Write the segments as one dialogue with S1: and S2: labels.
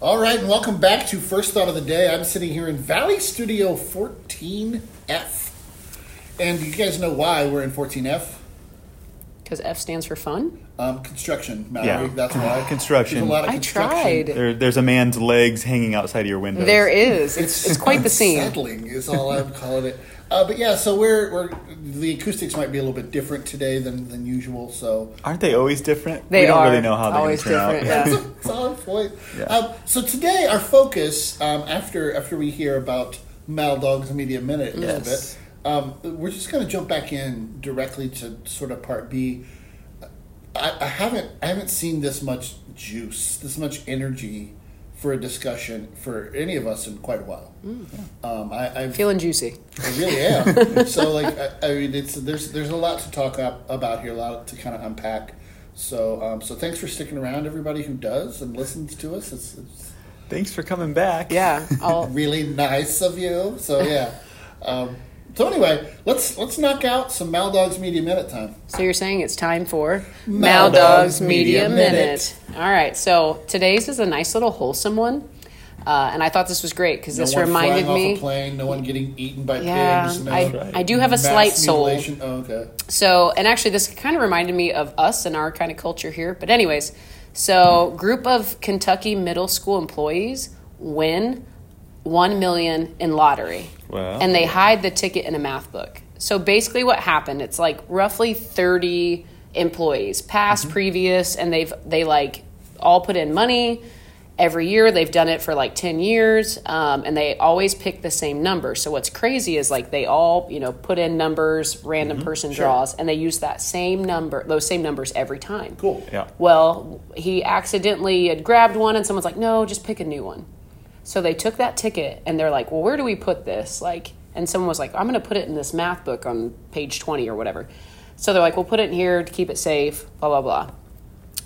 S1: All right, and welcome back to First Thought of the Day. I'm sitting here in Valley Studio 14F. And you guys know why we're in 14F?
S2: Because F stands for fun.
S1: Um, construction, Mallory.
S3: Yeah.
S1: That's why.
S3: Construction.
S1: There's a lot of
S2: I
S1: construction.
S2: tried.
S3: There, there's a man's legs hanging outside of your window.
S2: There is. It's, it's quite the scene.
S1: Settling is all I would call it. Uh, but yeah, so we're, we're the acoustics might be a little bit different today than, than usual. So
S3: Aren't they always different?
S2: They
S3: we don't
S2: are
S3: really know how they're
S2: always
S3: gonna turn
S2: different.
S3: out.
S2: Yeah.
S1: it's on point.
S3: Yeah.
S1: Um, so today, our focus um, after after we hear about Mal Dog's Media Minute a little
S2: Yes.
S1: bit, um, we're just going to jump back in directly to sort of part B. I, I haven't I haven't seen this much juice, this much energy for a discussion for any of us in quite a while.
S2: Mm.
S1: Um, I, I've
S2: Feeling juicy.
S1: I really am. so like, I, I mean, it's there's there's a lot to talk up, about here, a lot to kind of unpack. So um, so thanks for sticking around, everybody who does and listens to us. It's, it's
S3: Thanks for coming back.
S2: Yeah. I'll,
S1: really nice of you. So yeah. Um, so anyway, let's let's knock out some Mal Dogs Media Minute time.
S2: so you're saying it's time for
S1: Mal
S2: Mal
S1: Dog's
S2: Dog's Media
S1: Media
S2: Minute. All right. So today's is a nice little wholesome one. Uh, and I thought this was great because
S1: No
S2: this
S1: one
S2: reminded
S1: flying
S2: me.
S1: off a plane. No one getting eaten by
S2: Yeah,
S1: pigs. No
S2: I-
S3: Right.
S2: I do have a
S1: mass
S2: slight soul.
S1: mutilation. Oh, okay.
S2: So, and actually, this kind of reminded me of us and our kind of culture here. But, anyways, so group of Kentucky middle school employees win one million in lottery,
S3: Wow.
S2: and they hide the ticket in a math book. So basically, what happened? It's like roughly thirty employees, past, previous, and they've they like all put in money every year. They've done it for like 10 years, um, and they always pick the same number. So what's crazy is like they all, you know, put in numbers, random person draws, and they use that same number, those same numbers every time.
S1: Cool.
S3: Yeah.
S2: Well, he accidentally had grabbed one, and someone's like, no, just pick a new one. So they took that ticket and they're like, well, where do we put this? Like, and someone was like, I'm going to put it in this math book on page 20 or whatever. So they're like, we'll put it in here to keep it safe, blah, blah, blah.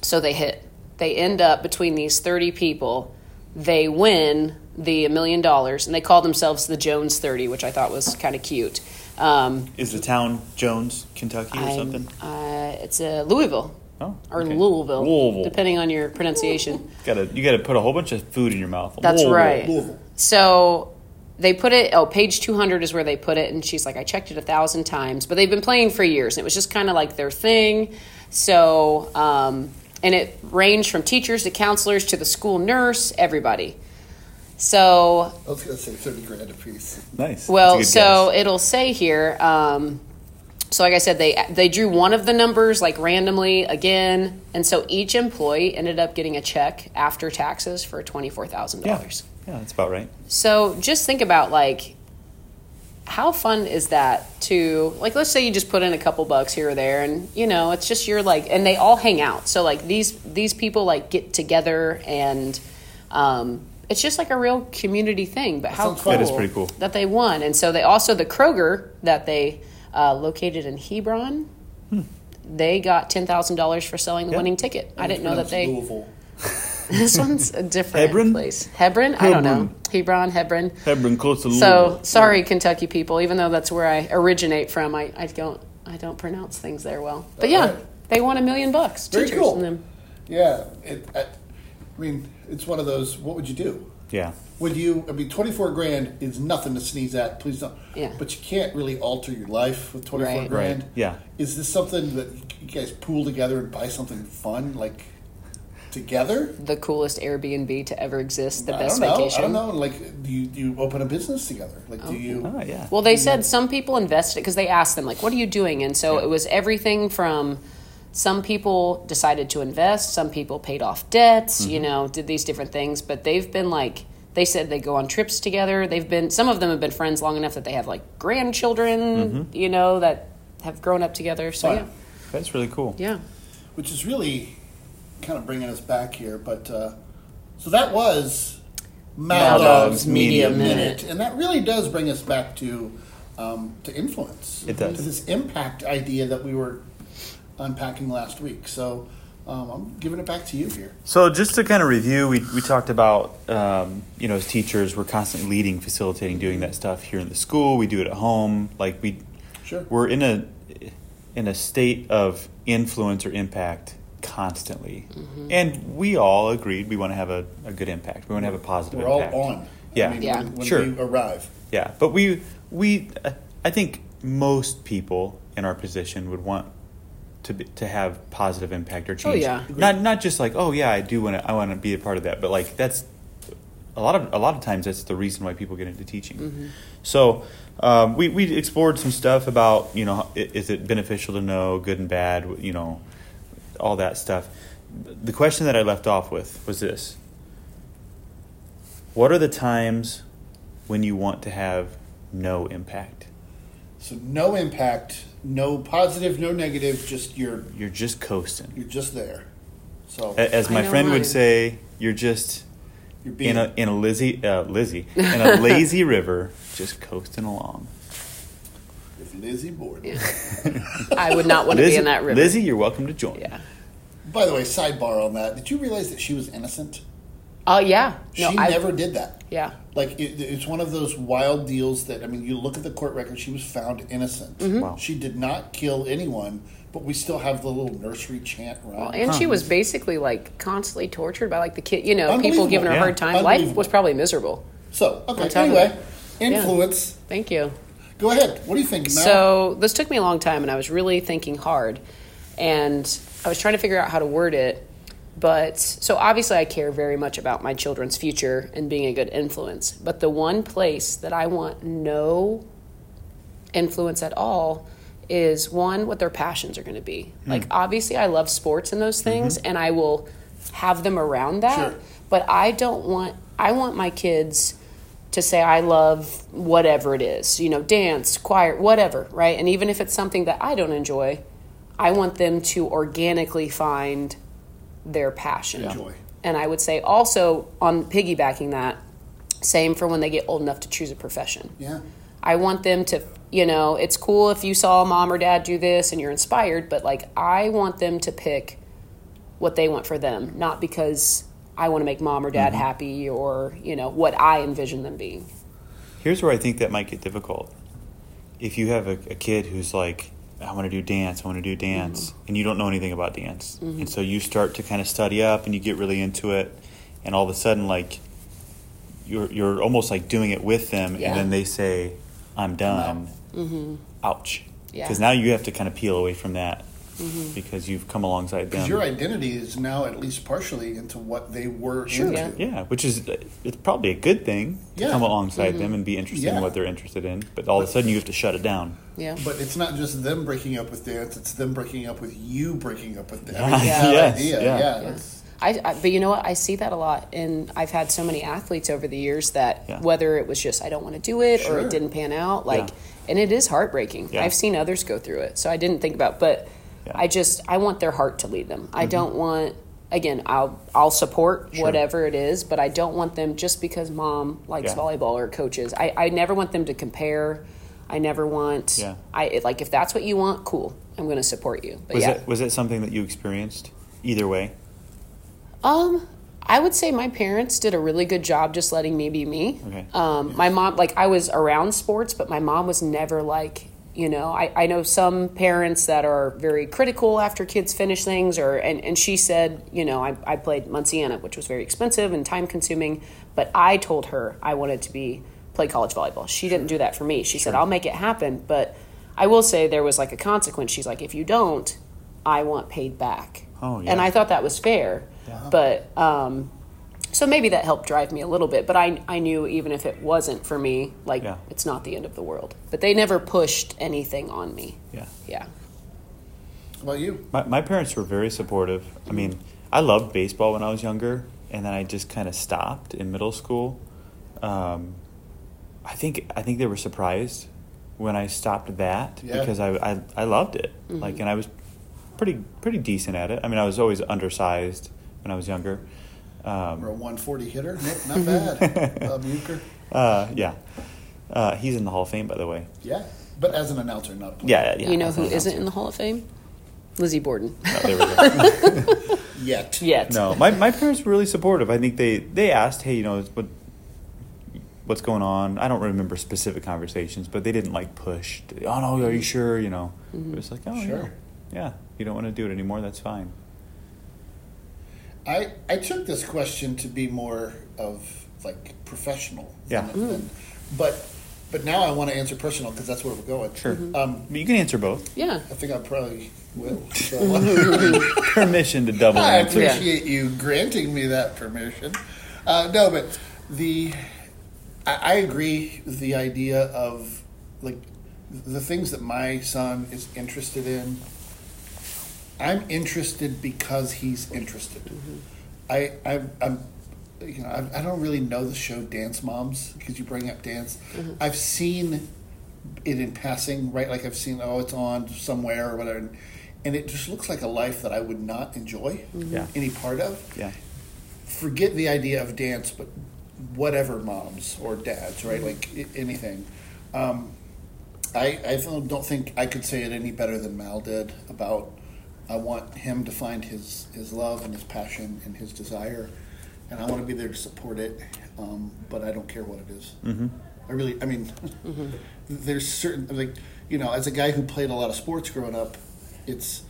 S2: So they hit. They end up between these 30 people. They win the million dollars and they call themselves the Jones 30, which I thought was kind of cute. Um,
S3: Is the town Jones, Kentucky, or
S2: I'm-
S3: something?
S2: Uh, it's uh, Louisville
S3: Oh,
S2: or
S3: okay.
S2: Louisville,
S3: Louisville.
S2: depending on your pronunciation.
S3: Gotta, you got to put a whole bunch of food in your mouth.
S2: That's
S3: Louisville.
S2: right.
S1: Louisville.
S2: So they put it. Oh, page two hundred is where they put it, and she's like, "I checked it a thousand times," but they've been playing for years, and it was just kind of like their thing. So, um, and it ranged from teachers to counselors to the school nurse, everybody. So
S1: I was gonna say thirty grand a piece.
S3: Nice.
S2: well,
S3: That's a good
S2: so
S3: guess.
S2: it'll say here. Um, so, like I said, they they drew one of the numbers like randomly again, and so each employee ended up getting a check after taxes for twenty four thousand dollars.
S3: yeah. yeah, that's about right.
S2: So just think about like how fun is that to like let's say you just put in a couple bucks here or there and you know it's just you're like and they all hang out so like these these people like get together and um, it's just like a real community thing but how
S1: sounds
S2: cool
S1: fun.
S3: That is pretty cool.
S2: that they won and so they also the kroger that they uh, located in hebron they got $10000 for selling the
S3: Hmm. Yeah.
S2: winning ticket i didn't know that
S1: Pronounced
S2: they
S1: Louisville.
S2: this one's a different
S3: Hebron?
S2: place. Hebron? I don't know. Hebron,
S3: Hebron.
S2: Hebron.
S3: Hebron, close to
S2: So
S3: Louisville.
S2: sorry, Kentucky people. Even though that's where I originate from, I, I don't I don't pronounce things there well. But yeah,
S1: Alright.
S2: they won a million bucks.
S1: Uh, Very
S2: teachers
S1: cool.
S2: and them.
S1: Yeah, it, I, I mean, it's one of those. What would you do?
S3: yeah.
S1: Would you? I mean, twenty four grand is nothing to sneeze at. Please don't.
S2: Yeah.
S1: But you can't really alter your life with twenty four
S2: Right.
S1: grand.
S3: Right, yeah.
S1: Is this something that you guys pool together and buy something fun like together?
S2: The coolest Airbnb to ever exist. The
S1: I
S2: best
S1: don't know.
S2: vacation.
S1: I don't know. Like, do you do you open a business together? Like, do you?
S3: Oh, yeah.
S2: Well, they said some people invested because they asked them like, "What are you doing?" And so it was everything from some people decided to invest, some people paid off debts,
S1: Mm-hmm.
S2: you know, did these different things. But they've been like, they said they go on trips together. They've been some of them have been friends long enough that they have like grandchildren,
S1: Mm-hmm.
S2: you know, that have grown up together. So
S1: Fun.
S3: that's really cool.
S2: yeah, yeah,
S1: Which is really kind of bringing us back here, but uh, so that was Mal
S3: Mal
S1: Dog's
S3: Dog's
S1: Media
S3: Media
S1: Minute.
S2: Minute.
S1: and that really does bring us back to um, to influence.
S3: It does.
S1: to this impact idea that we were unpacking last week. So um, I'm giving it back to you here.
S3: So just to kind of review, we, we talked about um, you know as teachers, we're constantly leading, facilitating, doing that stuff here in the school. We do it at home. Like we,
S1: Sure.
S3: we're in a in a state of influence or impact constantly.
S1: Mm-hmm.
S3: And we all agreed we want to have a, a good impact. We want to have a positive
S1: We're all
S3: impact.
S1: on.
S3: Yeah.
S1: I mean,
S2: Yeah.
S1: When, when
S3: Sure.
S1: we arrive,
S3: Yeah, but we we uh, I think most people in our position would want to be, to have positive impact or change.
S2: yeah.
S3: Not not just like oh yeah I do want to I want to be a part of that, but like that's a lot of a lot of times that's the reason why people get into teaching. So um, we we explored some stuff about you know i- is it beneficial to know good and bad you know all that stuff. The question that I left off with was this: What are the times when you want to have no impact?
S1: so no impact, no positive, no negative. Just you're
S3: You're just coasting.
S1: you're just there. So
S3: A- As
S2: I
S3: my
S2: know
S3: friend
S2: mine.
S3: would say, you're just
S1: you're being
S3: in a in a Lizzie uh, Lizzie in a lazy river, just coasting along.
S1: with Lizzie Borden.
S2: I would not want to be
S3: Lizzie,
S2: in that river.
S3: Lizzie, you're welcome to join.
S2: Yeah.
S1: By the way, sidebar on that. Did you realize that she was innocent?
S2: Oh yeah. No,
S1: she
S2: I
S1: never did that.
S2: Yeah.
S1: Like it, it's one of those wild deals that I mean, you look at the court record. She was found innocent.
S2: Mm-hmm.
S3: Wow.
S1: She did not kill anyone, but we still have the little nursery chant around.
S2: Well, and she was basically like constantly tortured by like the kid, you know, people
S1: Unbelievable.
S2: giving her a
S3: Yeah.
S2: hard time. Life
S1: Unbelievable.
S2: was probably miserable.
S1: so okay,
S2: top of
S1: anyway, influence.
S2: Thank you.
S1: Go ahead. What do you think, Mel?
S2: So this took me a long time, and I was really thinking hard, and I was trying to figure out how to word it. But so obviously, I care very much about my children's future and being a good influence. But the one place that I want no influence at all is one what their passions are going to be.
S1: Hmm.
S2: Like obviously, I love sports and those things, and I will have them around that.
S1: Mm-hmm. Sure.
S2: But I don't want. I want my kids to say I love whatever it is, you know, dance, choir, whatever, right? And even if it's something that I don't enjoy, I want them to organically find their passion.
S1: Enjoy.
S2: And I would say also on piggybacking that, same for when they get old enough to choose a profession.
S1: yeah.
S2: I want them to, you know, it's cool if you saw mom or dad do this and you're inspired, but like I want them to pick what they want for them, not because I want to make mom or dad happy or, you know, what I envision them being.
S3: Here's where I think that might get difficult. If you have a, a kid who's like, I want to do dance, I want to do dance, and you don't know anything about dance. And so you start to kind of study up and you get really into it, and all of a sudden, like, you're, you're almost like doing it with them,
S2: Yeah.
S3: and then they say, I'm done. Ouch.
S2: Yeah.
S3: Because now you have to kind of peel away from that because you've come alongside them.
S1: Because your identity is now at least partially into what they were into.
S2: Yeah.
S3: Yeah, which is it's probably a good thing to
S1: Yeah.
S3: come alongside them and be interested
S1: Yeah.
S3: in what they're interested in. But all of a sudden, you have to shut it down.
S2: Yeah.
S1: But it's not just them breaking up with dance; it's them breaking up with you breaking up with them. I mean,
S3: Yeah.
S1: it's that
S3: Yes,
S1: idea.
S3: yeah.
S1: Yeah,
S3: Yeah.
S1: that's-
S2: I, I, but you know what? I see that a lot, and I've had so many athletes over the years that
S3: Yeah.
S2: whether it was just I don't want to do it or
S1: Sure.
S2: it didn't pan out, like,
S3: Yeah.
S2: and it is heartbreaking.
S3: Yeah.
S2: I've seen others go through it, so I didn't think about. But
S3: Yeah. Mm-hmm.
S2: I just I want their heart to lead them. I don't want again. I'll I'll support whatever it is, but I don't want them just because mom likes
S3: Yeah.
S2: volleyball or coaches. I I never want them to compare. I never want.
S3: Yeah.
S2: I it, like if that's what you want, cool. I'm going to support you. But
S3: Was
S2: yeah.
S3: it was it something that you experienced either way?
S2: Um, I would say my parents did a really good job just letting me be me.
S3: Okay.
S2: Um, my mom, like, I was around sports, but my mom was never like, you know, I, I know some parents that are very critical after kids finish things, or and, and she said, you know, I, I played Munciana, which was very expensive and time consuming, but I told her I wanted to be play college volleyball. She didn't do that for me. She said, I'll make it happen, but I will say there was like a consequence. She's like, if you don't, I want paid back.
S3: Oh, yeah.
S2: And I thought that was fair. But um, so maybe that helped drive me a little bit. But I, I knew even if it wasn't for me, like
S3: Yeah.
S2: it's not the end of the world. But they never pushed anything on me.
S3: Yeah.
S2: Yeah.
S1: How about you?
S3: My my parents were very supportive. I mean, I loved baseball when I was younger, and then I just kind of stopped in middle school. Um, I think I think they were surprised when I stopped that
S1: Yeah.
S3: because I, I I loved it.
S2: Mm-hmm.
S3: Like, and I was pretty pretty decent at it. I mean, I was always undersized when I was younger. Um,
S1: We're a 140 hitter. Nope, not bad. Bob Euchre.
S3: uh, yeah, uh, he's in the Hall of Fame, by the way.
S1: Yeah, but as an announcer, not a player.
S3: Yeah, yeah.
S2: you know
S3: as
S2: who
S3: an announcer.
S2: isn't in the Hall of Fame? Lizzie Borden.
S3: No, there we go.
S1: Yet.
S2: Yet.
S3: No, my, my parents were really supportive. I think they, they asked, hey, you know, what what's going on? I don't remember specific conversations, but they didn't like push. Oh no, are you sure? You know, it was like, oh
S1: Sure.
S3: yeah, yeah. If you don't want to do it anymore, that's fine.
S1: I, I took this question to be more of like professional.
S3: Yeah.
S1: than- than- but but now I want to answer personal because that's where we're going.
S3: Sure.
S1: Um,
S3: But you can answer both.
S2: Yeah.
S1: I think I probably will. So. uh,
S3: Permission to double
S1: I
S3: answer.
S2: Yeah.
S1: appreciate you granting me that permission. Uh, no, but the I, I agree. with The idea of like the things that my son is interested in. I'm interested because he's interested. I I'm, I'm you know I, I don't really know the show Dance Moms because you bring up dance. I've seen it in passing, right? Like I've seen oh it's on somewhere or whatever, and it just looks like a life that I would not enjoy
S3: Yeah.
S1: any part of
S3: Yeah.
S1: forget the idea of dance, but whatever moms or dads, right? Like I- anything. Um, I I don't don't think I could say it any better than Mal did about. I want him to find his his love and his passion and his desire, and I want to be there to support it. Um, but I don't care what it is. I really, I mean, there's certain like you know, as a guy who played a lot of sports growing up, it's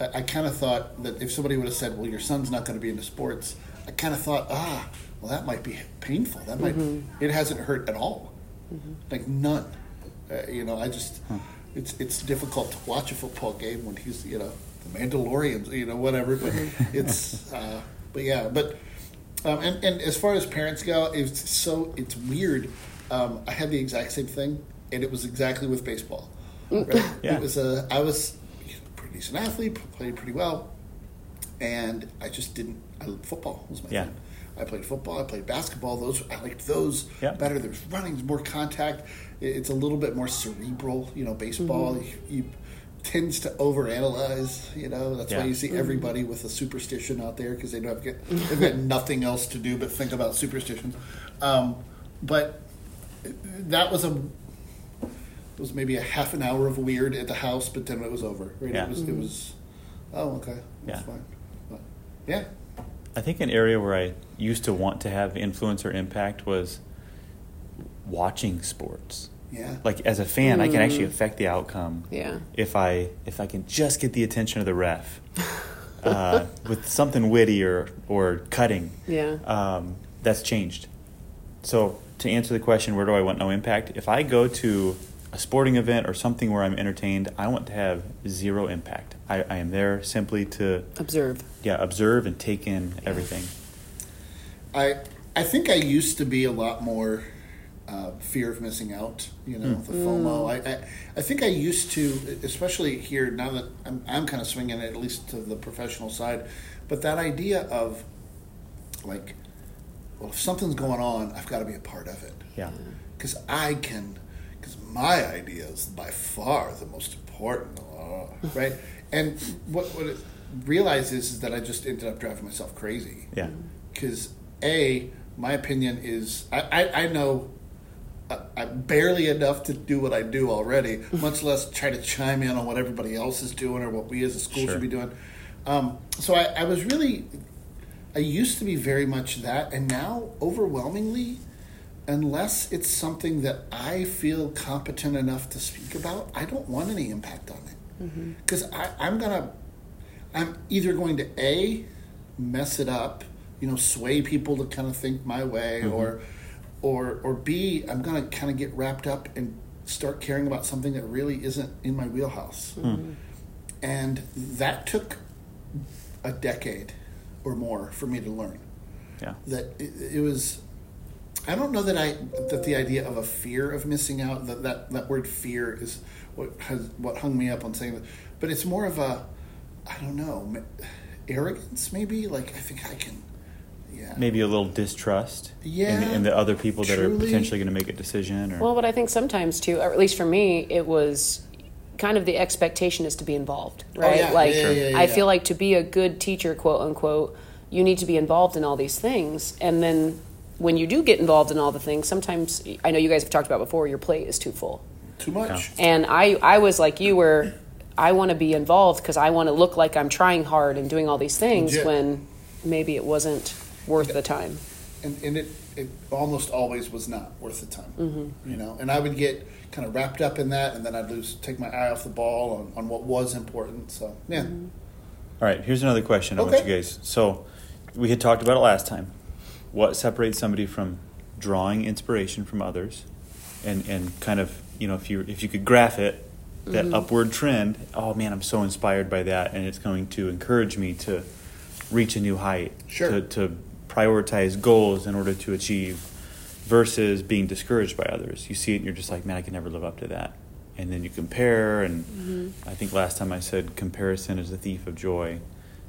S1: I, I kind of thought that if somebody would have said, "Well, your son's not going to be into sports," I kind of thought, ah, well, that might be painful. That might it hasn't hurt at all, like none. Uh, you know, I just it's it's difficult to watch a football game when he's you know the Mandalorians, you know, whatever. But it's uh, but yeah, but. Um, and, and as far as parents go, it's so it's weird. Um, I had the exact same thing, and it was exactly with baseball. Right?
S3: Yeah.
S1: It was a I was you know, pretty decent athlete, played pretty well, and I just didn't. I football was my
S3: Yeah.
S1: thing. I played football. I played basketball. Those I liked those
S3: Yeah.
S1: better. There's running, there's more contact. It- It's a little bit more cerebral. You know, baseball
S3: Mm-hmm.
S1: you, you tends to overanalyze. You know, that's why
S3: Yeah.
S1: you see everybody with a superstition out there because they don't have get, they've got nothing else to do but think about superstitions. Um, but that was a it was maybe a half an hour of weird at the house, but then it was over. Right?
S3: Yeah.
S1: It was it was oh okay, that's
S3: Yeah.
S1: fine. But, yeah,
S3: I think an area where I used to want to have influence or impact was watching sports.
S1: yeah.
S3: Like as a fan, I can actually affect the outcome.
S2: Yeah.
S3: If I if I can just get the attention of the ref uh, with something witty or or cutting,
S2: Yeah.
S3: um, that's changed. So to answer the question, where do I want no impact? If I go to a sporting event or something where I'm entertained, I want to have zero impact. I, I am there simply to
S2: Observe.
S3: yeah observe and take in everything.
S1: I I think I used to be a lot more uh, fear of missing out. You
S3: Mm.
S1: know, the FOMO. I, I I think I used to, especially here now that I'm I'm kind of swinging it at least to the professional side, but that idea of like, well, if something's going on, I've got to be a part of it.
S3: Yeah.
S1: because I can, because my idea is by far the most important, uh, right? And what what it realizes is that I just ended up driving myself crazy.
S3: Yeah.
S1: Because a my opinion is I I, I know. uh, I, I'm barely enough to do what I do already, much less try to chime in on what everybody else is doing or what we as a school
S3: Sure.
S1: should be doing. Um, so I, I was really, I used to be very much that, and now overwhelmingly, unless it's something that I feel competent enough to speak about, I don't want any impact on it. Because I'm gonna, I'm either going to a mess it up, you know, sway people to kind of think my way, or, or, or b I'm gonna kind of get wrapped up and start caring about something that really isn't in my wheelhouse, and that took a decade or more for me to learn
S3: Yeah.
S1: that it, it was i don't know that i that the idea of a fear of missing out that that, that word fear is what has what hung me up on saying that but it's more of a i don't know ma- arrogance maybe like i think i can yeah
S3: Maybe a little distrust in,
S1: Yeah,
S3: in the other people that are
S1: truly.
S3: potentially going to make a decision or
S2: Well, but I think sometimes too, or at least for me, it was kind of the expectation is to be involved, right?
S1: Oh, yeah.
S2: Like
S1: Yeah, yeah, yeah,
S2: I
S1: yeah.
S2: feel like to be a good teacher, quote unquote, you need to be involved in all these things, and then when you do get involved in all the things, sometimes I know you guys have talked about before, your plate is too full.
S1: too much
S2: And I, I was like you, where I want to be involved because I want to look like I'm trying hard and doing all these things
S1: Legit.
S2: when maybe it wasn't worth the time.
S1: and, and it, it almost always was not worth the time you know and i would get kind of wrapped up in that and then i'd lose take my eye off the ball on, on what was important so yeah
S3: All right, here's another question I
S1: Okay.
S3: want you guys. So, we had talked about it last time. What separates somebody from drawing inspiration from others, and and kind of you know if you if you could graph it, that upward trend. Oh man, I'm so inspired by that, and it's going to encourage me to reach a new height.
S1: Sure.
S3: To, to prioritize goals in order to achieve, versus being discouraged by others. You see it, and you're just like, man, I can never live up to that. And then you compare, and
S2: Mm-hmm.
S3: I think last time I said comparison is the thief of joy.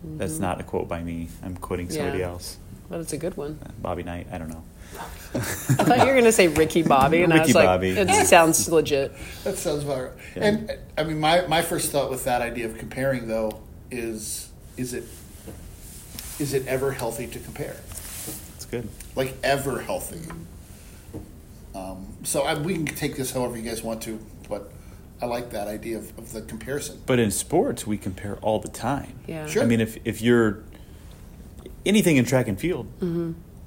S3: That's not a quote by me. I'm quoting
S2: Mm-hmm.
S3: somebody
S2: Yeah.
S3: else. Uh,
S2: But it's a good one.
S3: Bobby Knight. I don't know.
S2: I thought you were going to say Ricky Bobby, and I
S3: Ricky
S2: was like,
S3: Bobby.
S2: it sounds legit.
S1: That sounds about right. And I mean, my, my first thought with that idea of comparing though is is it is it ever healthy to compare?
S3: It's good.
S1: Like ever healthy? Um, so I, we can take this however you guys want to, but I like that idea of, of the comparison.
S3: But in sports, we compare all the time.
S2: Yeah.
S1: Sure.
S3: I mean, if if you're anything in track and field,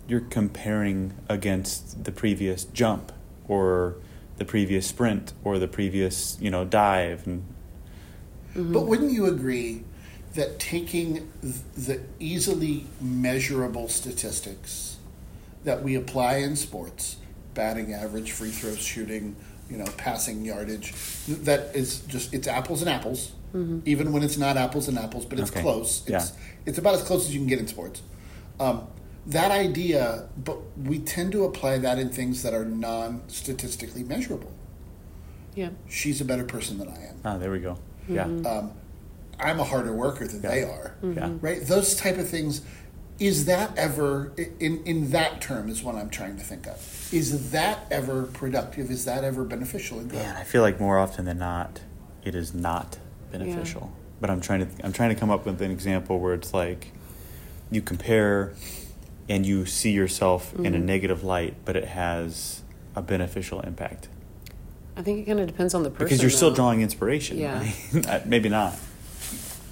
S3: you're comparing against the previous jump or the previous sprint or the previous you know dive and
S1: But wouldn't you agree that taking th- the easily measurable statistics that we apply in sports, batting average, free throw shooting, you know, passing yardage, th- that is just it's apples and apples. Even when it's not apples and apples, but it's
S3: Okay.
S1: close.
S3: Yeah.
S1: It's it's about as close as you can get in sports. Um, that idea, but we tend to apply that in things that are non-statistically measurable.
S2: Yeah.
S1: She's a better person than I am.
S3: ah, there we go. Yeah.
S1: I'm a harder worker than they are.
S3: Yeah.
S1: Right? Those type of things. Is that ever i- in in that term is what I'm trying to think of. Is that ever productive? Is that ever beneficial and good?
S3: Man, I feel like more often than not, it is not beneficial. But I'm trying to I'm trying to come up with an example where it's like you compare and you see yourself in a negative light, but it has a beneficial impact
S2: I think it kind of depends on the person.
S3: because you're still
S2: though.
S3: drawing inspiration.
S2: Yeah.
S3: right? Uh, Maybe not.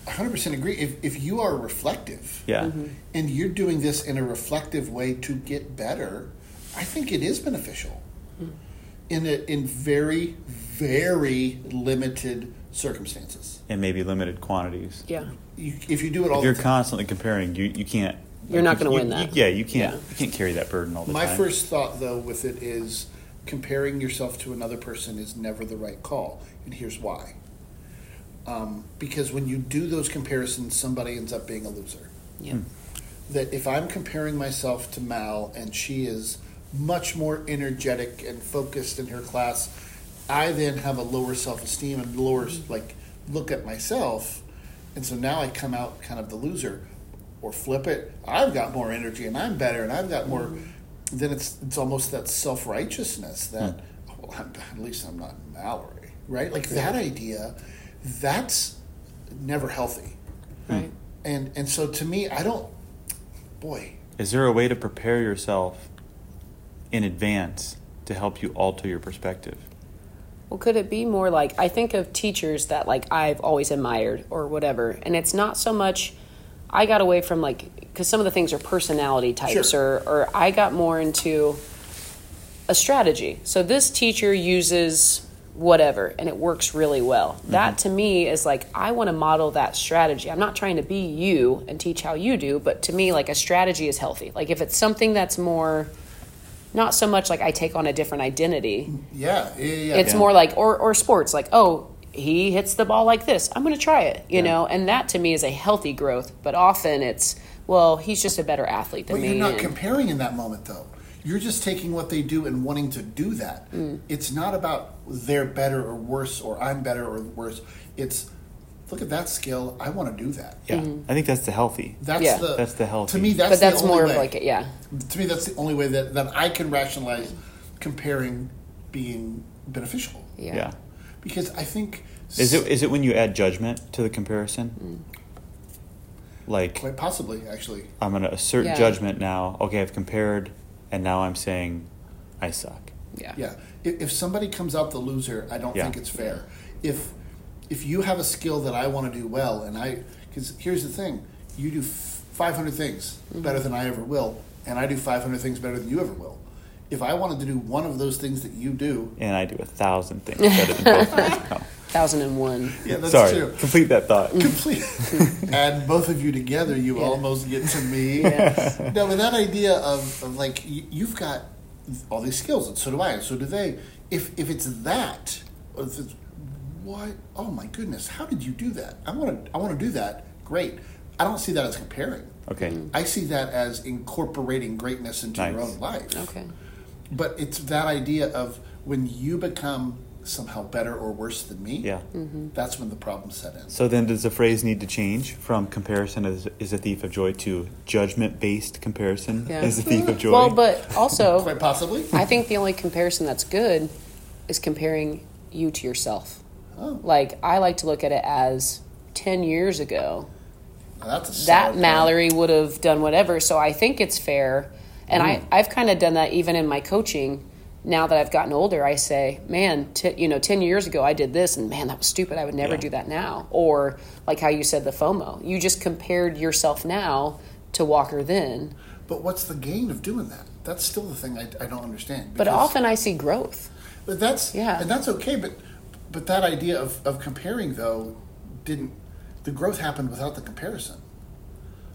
S1: 100% agree. If if you are reflective
S3: Yeah.
S2: Mm-hmm.
S1: and you're doing this in a reflective way to get better, I think it is beneficial. In a, in very very limited circumstances.
S3: And maybe limited quantities.
S2: Yeah.
S1: You, if you do it all
S3: If you're
S1: the time,
S3: constantly comparing, you, you can't.
S2: You're not gonna
S3: you-
S2: win
S3: you-
S2: that.
S3: yeah, you can't.
S2: Yeah.
S3: You can't carry that burden all the
S1: My
S3: time.
S1: first thought, though, with it is comparing yourself to another person is never the right call, and here's why. Um, because when you do those comparisons, somebody ends up being a loser.
S2: Yeah.
S1: That if I'm comparing myself to Mal and she is much more energetic and focused in her class, I then have a lower self esteem and lower like look at myself, and so now I come out kind of the loser. Or flip it, I've got more energy and I'm better and I've got more. Then it's it's almost that self righteousness that oh, well, I'm, at least I'm not Mallory, right? Like that idea, that's never healthy.
S2: Right.
S1: And and so to me, I don't. Boy,
S3: Is there a way to prepare yourself in advance to help you alter your perspective?
S2: Well, could it be more like I think of teachers that like I've always admired or whatever, and it's not so much. I got away from like because some of the things are personality types,
S1: Sure.
S2: or or I got more into a strategy. So this teacher uses whatever, and it works really well. That to me is like I want to model that strategy. I'm not trying to be you and teach how you do, but to me, like a strategy is healthy. Like if it's something that's more, not so much like I take on a different identity.
S1: yeah, yeah, yeah.
S2: It's
S3: Yeah.
S2: more like or or sports like oh he hits the ball like this I'm going to try it you know and that to me is a healthy growth but often it's well he's just a better athlete than
S1: But
S2: me
S1: you're not
S2: and-
S1: comparing in that moment, though. You're just taking what they do and wanting to do that.
S2: Hmm.
S1: It's not about they're better or worse, or I'm better or worse. It's look at that skill. I want to do that.
S3: Yeah,
S2: Mm-hmm.
S3: I think that's the healthy.
S1: That's
S2: Yeah.
S1: the
S3: That's the healthy.
S1: To me, that's
S2: but that's
S1: the only
S2: more
S1: way.
S2: of like a, yeah
S1: to me that's the only way that, that I can rationalize comparing being beneficial
S2: yeah
S3: yeah.
S1: because I think
S3: Is it is it when you add judgment to the comparison? Like
S1: quite possibly actually
S3: I'm going to assert
S2: Mm. Yeah.
S3: judgment now. Okay, I've compared, and now I'm saying I suck.
S2: yeah
S1: yeah if, if somebody comes out the loser I don't
S3: Yeah.
S1: think it's fair if if you have a skill that I want to do well and I because here's the thing you do f- 500 things better than I ever will and I do 500 things better than you ever will if I wanted to do one of those things that you do
S3: And I do a thousand things better than both of us. No.
S2: thousand and one.
S1: Yeah, that's
S3: Sorry,
S1: true.
S3: complete that thought.
S2: Mm.
S1: Complete. Add both of you together, you almost get to me.
S2: Yes.
S1: No, but that idea of, of like, y- you've got all these skills, and so do I, and so do they. If, if it's that, or if it's, what? Oh my goodness, how did you do that? I want to I want to do that. Great. I don't see that as comparing.
S3: Okay.
S1: I see that as incorporating greatness into your
S3: Nice.
S1: own life.
S2: Okay.
S1: But it's that idea of when you become somehow better or worse than me.
S3: Yeah.
S1: That's when the problem set in.
S3: So then, does the phrase need to change from comparison is, is a thief of joy to judgment based comparison
S2: Yeah.
S3: is a thief of joy?
S2: Well, but also,
S1: Quite possibly.
S2: I think the only comparison that's good is comparing you to yourself.
S1: Oh.
S2: Like I like to look at it as ten years ago,
S1: Now that's a solid
S2: that
S1: point.
S2: Mallory would have done whatever. So I think it's fair. And
S3: Mm.
S2: I, I've kind of done that even in my coaching. Now that I've gotten older, I say, man, t- you know, 10 years ago I did this and man, that was stupid. I would never
S3: Yeah.
S2: do that now. Or like how you said the FOMO. You just compared yourself now to Walker then.
S1: But what's the gain of doing that? That's still the thing I, I don't understand.
S2: But
S1: because-
S2: often I see growth.
S1: But that's
S2: Yeah.
S1: and that's okay. But but that idea of, of comparing though didn't the growth happened without the comparison,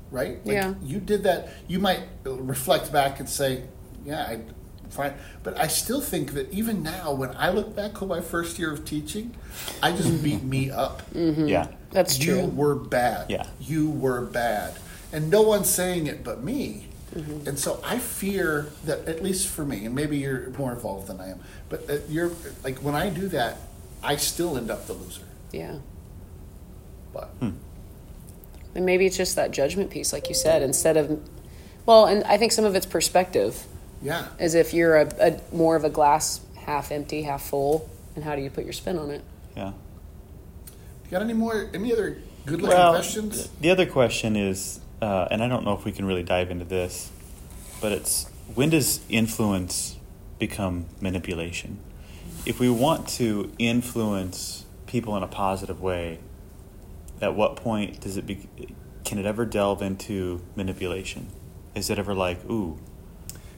S1: right?
S2: Yeah.
S1: You did that. You might reflect back and say, yeah, I fine. But I still think that even now, when I look back on my first year of teaching, I just beat me up.
S3: yeah.
S2: That's
S1: you
S2: true.
S1: were bad.
S3: Yeah.
S1: You were bad. And no one's saying it but me.
S2: Mm-hmm.
S1: And so I fear that, at least for me, and maybe you're more involved than I am, but that you're like, when I do that, I still end up the loser.
S2: Yeah.
S1: But
S3: Hmm.
S2: And maybe it's just that judgment piece, like you said, instead of, well, and I think some of it's perspective.
S1: yeah.
S2: as if you're a, a more of a glass half empty, half full, and how do you put your spin on it?
S3: Yeah.
S1: You got any more, any other good looking
S3: Well,
S1: questions?
S3: th- the other question is, uh, and I don't know if we can really dive into this, but it's when does influence become manipulation? If we want to influence people in a positive way, at what point does it be? Can it ever delve into manipulation? Is it ever like, ooh,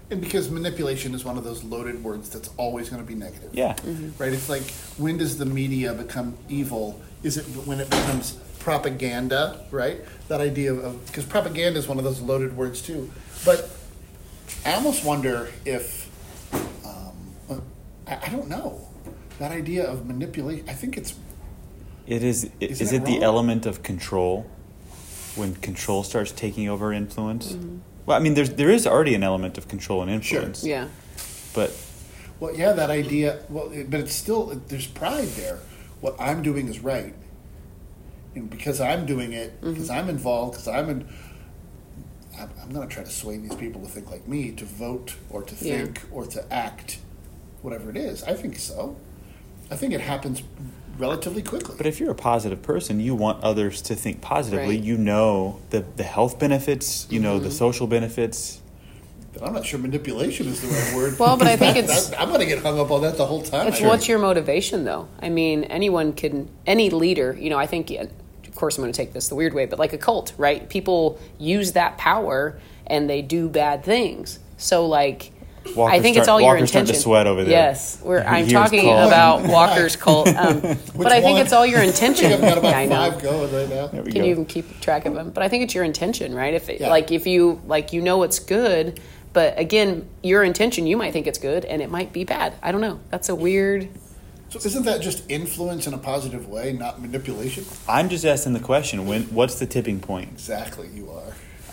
S1: And because manipulation is one of those loaded words that's always going to be negative.
S3: yeah,
S1: Right? It's like, when does the media become evil? Is it when it becomes propaganda, right? That idea of, because propaganda is one of those loaded words too. But I almost wonder if, um, I, I don't know, that idea of manipulation, I think it's,
S3: It is. i-
S1: Isn't
S3: is
S1: it
S3: it, the
S1: wrong?
S3: element of control when control starts taking over influence? Well, I mean, there's there is already an element of control and
S1: Sure.
S3: influence,
S2: Yeah,
S3: but
S1: well, yeah, that idea, well, it- but it's still, there's pride there. What I'm doing is right. And because I'm doing it,
S2: Mm-hmm.
S1: because I'm involved, because I'm in, I'm, I'm going to try to sway these people to think like me, to vote or to
S2: Yeah.
S1: think or to act, whatever it is. I think so. I think it happens relatively quickly.
S3: But if you're a positive person, you want others to think positively.
S2: Right. Mm-hmm.
S3: You know the the health benefits, you know the social benefits.
S1: But I'm not sure manipulation is the right word.
S2: Well, but I think
S1: That-
S2: it's-
S1: that- I'm going to get hung up on that the whole time.
S2: it's
S1: I
S2: what's
S1: think.
S2: your motivation though? I mean, anyone can, any leader. You know, I think. yeah, Of course, I'm going to take this the weird way, but like a cult, right? People use that power and they do bad things. So, like, I
S3: Walker's
S2: think it's
S3: start-
S2: all your
S3: Walker's starting
S2: intention.
S3: to sweat over there.
S2: Yes, we're,
S3: He
S2: I'm
S3: hears
S2: talking
S3: cult.
S2: about Walker's cult, um, but I think
S1: one?
S2: it's all your
S1: I
S2: intention.
S1: think I've got about
S2: Yeah, I know.
S1: five going right now.
S3: There we
S2: can
S3: go.
S2: you even keep track of them but i think it's your intention right if it,
S1: Yeah.
S2: like if you like you know it's good but again your intention you might think it's good and it might be bad i don't know that's a weird
S1: So isn't that just influence in a positive way, not manipulation?
S3: I'm just asking the question: When? What's the tipping point?
S1: Exactly, you are.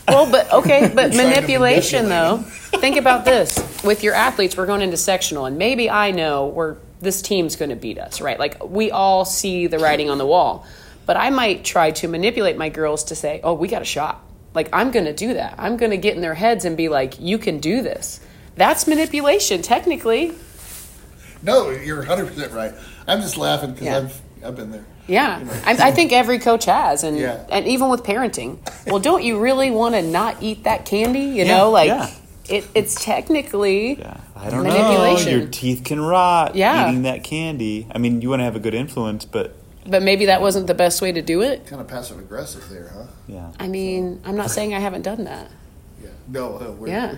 S2: well but okay but
S1: Trying to
S2: manipulation though
S1: manipulate.
S2: think about this with your athletes we're going into sectional and maybe i know we're this team's going to beat us right like we all see the writing on the wall but i might try to manipulate my girls to say oh we got a shot like i'm going to do that i'm going to get in their heads and be like you can do this that's manipulation technically
S1: No, you're 100% right. I'm just laughing because
S2: Yeah.
S1: I've, I've been there.
S2: Yeah, I, I think every coach has, and
S1: Yeah.
S2: and even with parenting. Well, don't you really want to not eat that candy? You know, like
S3: yeah.
S2: it, it's technically
S3: Yeah, I don't know.
S2: manipulation.
S3: Your teeth can rot.
S2: Yeah.
S3: eating that candy. I mean, you want to have a good influence, but
S2: But maybe that wasn't the best way to do it.
S1: Kind of passive aggressive there, huh?
S3: yeah,
S2: I mean, I'm not saying I haven't done that.
S1: Yeah. No, uh, we're,
S2: Yeah,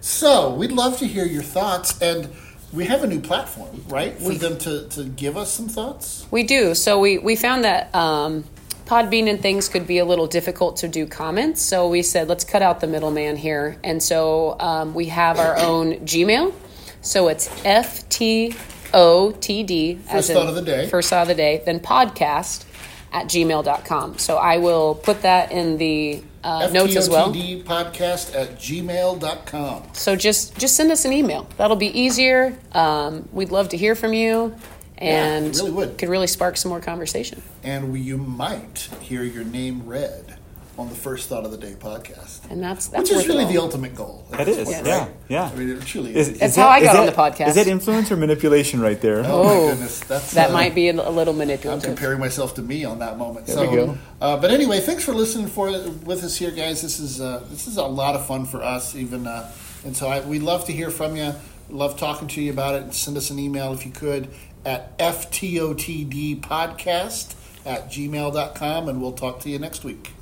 S1: So we'd love to hear your thoughts, and we have a new platform, right? For
S2: We-
S1: them to, to give us some thoughts.
S2: We do. So we, we found that um, Podbean and things could be a little difficult to do comments. So we said, let's cut out the middleman here. And so um, we have our own Gmail. So it's F-T-O-T-D.
S1: First thought of the day.
S2: First thought of the day. Then podcast at gmail.com. So I will put that in the uh, notes as well.
S1: FTOTD podcast at gmail.com.
S2: So just just send us an email. That'll be easier. Um, we'd love to hear from you, and
S1: really would.
S2: could really spark some more conversation.
S1: And we, you might hear your name read on the First Thought of the Day podcast.
S2: And that's that's
S1: Which is
S2: worth it
S1: really
S2: all.
S1: the ultimate goal. at
S3: That
S1: this
S3: is,
S1: point,
S3: yeah,
S1: right?
S3: yeah.
S1: I mean, it truly
S3: Is-
S1: is.
S3: is
S2: That's how I
S3: is
S2: got on
S3: that-
S2: the podcast.
S3: Is that influence or manipulation right there?
S1: oh,
S2: Oh.
S1: my goodness, that's
S2: that
S1: uh,
S2: might be a, a little
S1: I'm
S2: manipulative.
S1: comparing myself to me on that moment.
S3: There
S1: so,
S3: we go.
S1: Uh, but anyway, thanks for listening for with us here, guys. This is uh, this is a lot of fun for us, even. Uh, and so, I, we love to hear from you. Love talking to you about it. Send us an email if you could at ftotdpodcast at gmail.com, and we'll talk to you next week.